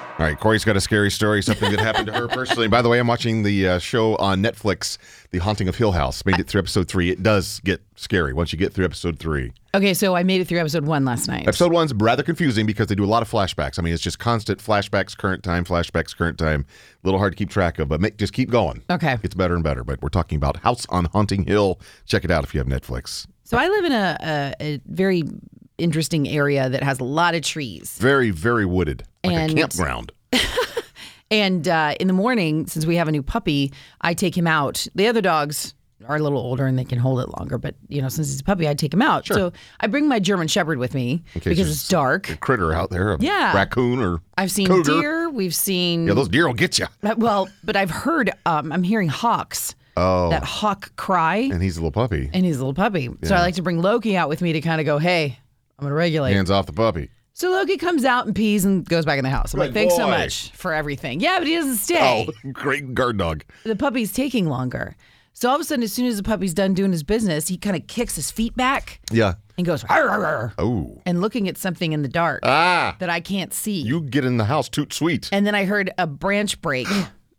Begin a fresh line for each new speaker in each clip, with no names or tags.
All right, Corey's got a scary story, something that happened to her personally. By the way, I'm watching the uh, show on Netflix, The Haunting of Hill House. Made it through episode three. It does get scary once you get through episode three.
Okay, so I made it through episode one last night.
Episode one's rather confusing because they do a lot of flashbacks. I mean, it's just constant flashbacks, current time, flashbacks, current time. A little hard to keep track of, but make, just keep going.
Okay.
It's better and better. But we're talking about House on Haunting Hill. Check it out if you have Netflix.
So I live in a, a, a very interesting area that has a lot of trees.
Very, very wooded, like a
And-
campground.
And uh, in the morning, since we have a new puppy, I take him out. The other dogs are a little older and they can hold it longer, but you know, since he's a puppy, I take him out. So I bring my German Shepherd with me
case
because
there's
it's dark.
A critter out there, a
Yeah.
raccoon or
I've seen
cougar.
deer. We've seen
Yeah, those deer will get you.
Uh, Well, but I've heard, um, I'm hearing hawks. Oh. That hawk cry.
And he's a little puppy.
And he's a little puppy. So I like to bring Loki out with me to kind of go, hey, I'm going to regulate.
Hands off the puppy.
So Loki comes out and pees and goes back in the house. I'm like,
Good
thanks so
boy."
much for everything. Yeah, but he doesn't stay.
Oh, great guard dog.
The puppy's taking longer. So all of a sudden, as soon as the puppy's done doing his business, he kind of kicks his feet back
Yeah.
and goes, "Arr, arr, arr,"
Oh.
and looking at something in the dark
Ah.
that I can't see.
You get in the house toot sweet.
and then I heard a branch break,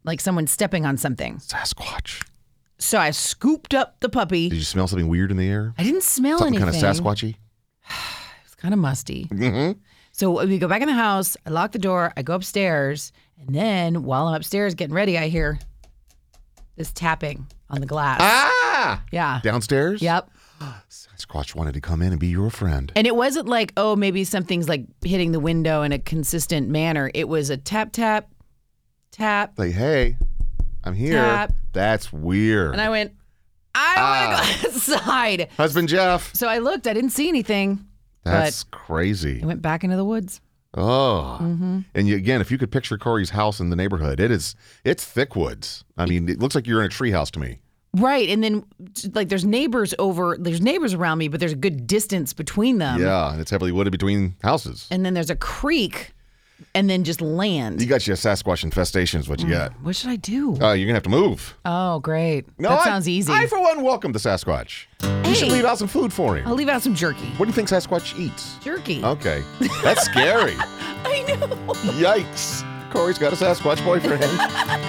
like someone stepping on something.
Sasquatch.
So I scooped up the puppy.
Did you smell something weird in the air?
I didn't smell
Something
anything.
kind of Sasquatchy?
It's kind of musty. Mm-hmm. So we go back in the house. I lock the door. I go upstairs, and then while I'm upstairs getting ready, I hear this tapping on the glass.
Ah.
yeah.
Downstairs?
Yep.
Sasquatch wanted to come in and be your friend.
And it wasn't like, oh, maybe something's like hitting the window in a consistent manner. It was a tap, tap, tap.
Like, hey, I'm here.
Tap.
That's weird.
And I went, I don't want to go outside.
Husband Jeff.
So I looked, I didn't see anything.
That's
I
crazy.
went back into the woods.
Oh. And you, again, if you could picture Corey's house in the neighborhood, it is it's thick woods. I mean, it looks like you're in a treehouse to me.
Right. And then, like, there's neighbors over, there's neighbors around me, but there's a good distance between them.
yeah, and it's heavily wooded between houses.
And then there's a creek and then just
You
land.
got your Sasquatch infestation is what you got.
What should I do?
Uh, you're gonna have to move.
oh, great.
No,
Mm. that
I-
sounds easy.
I for one welcome the Sasquatch. You should
Hey. Oh.
leave out some food for him.
I'll leave out some jerky.
What do you think Sasquatch eats?
Jerky.
Okay, that's scary.
I know.
Yikes! Corey's got a Sasquatch boyfriend.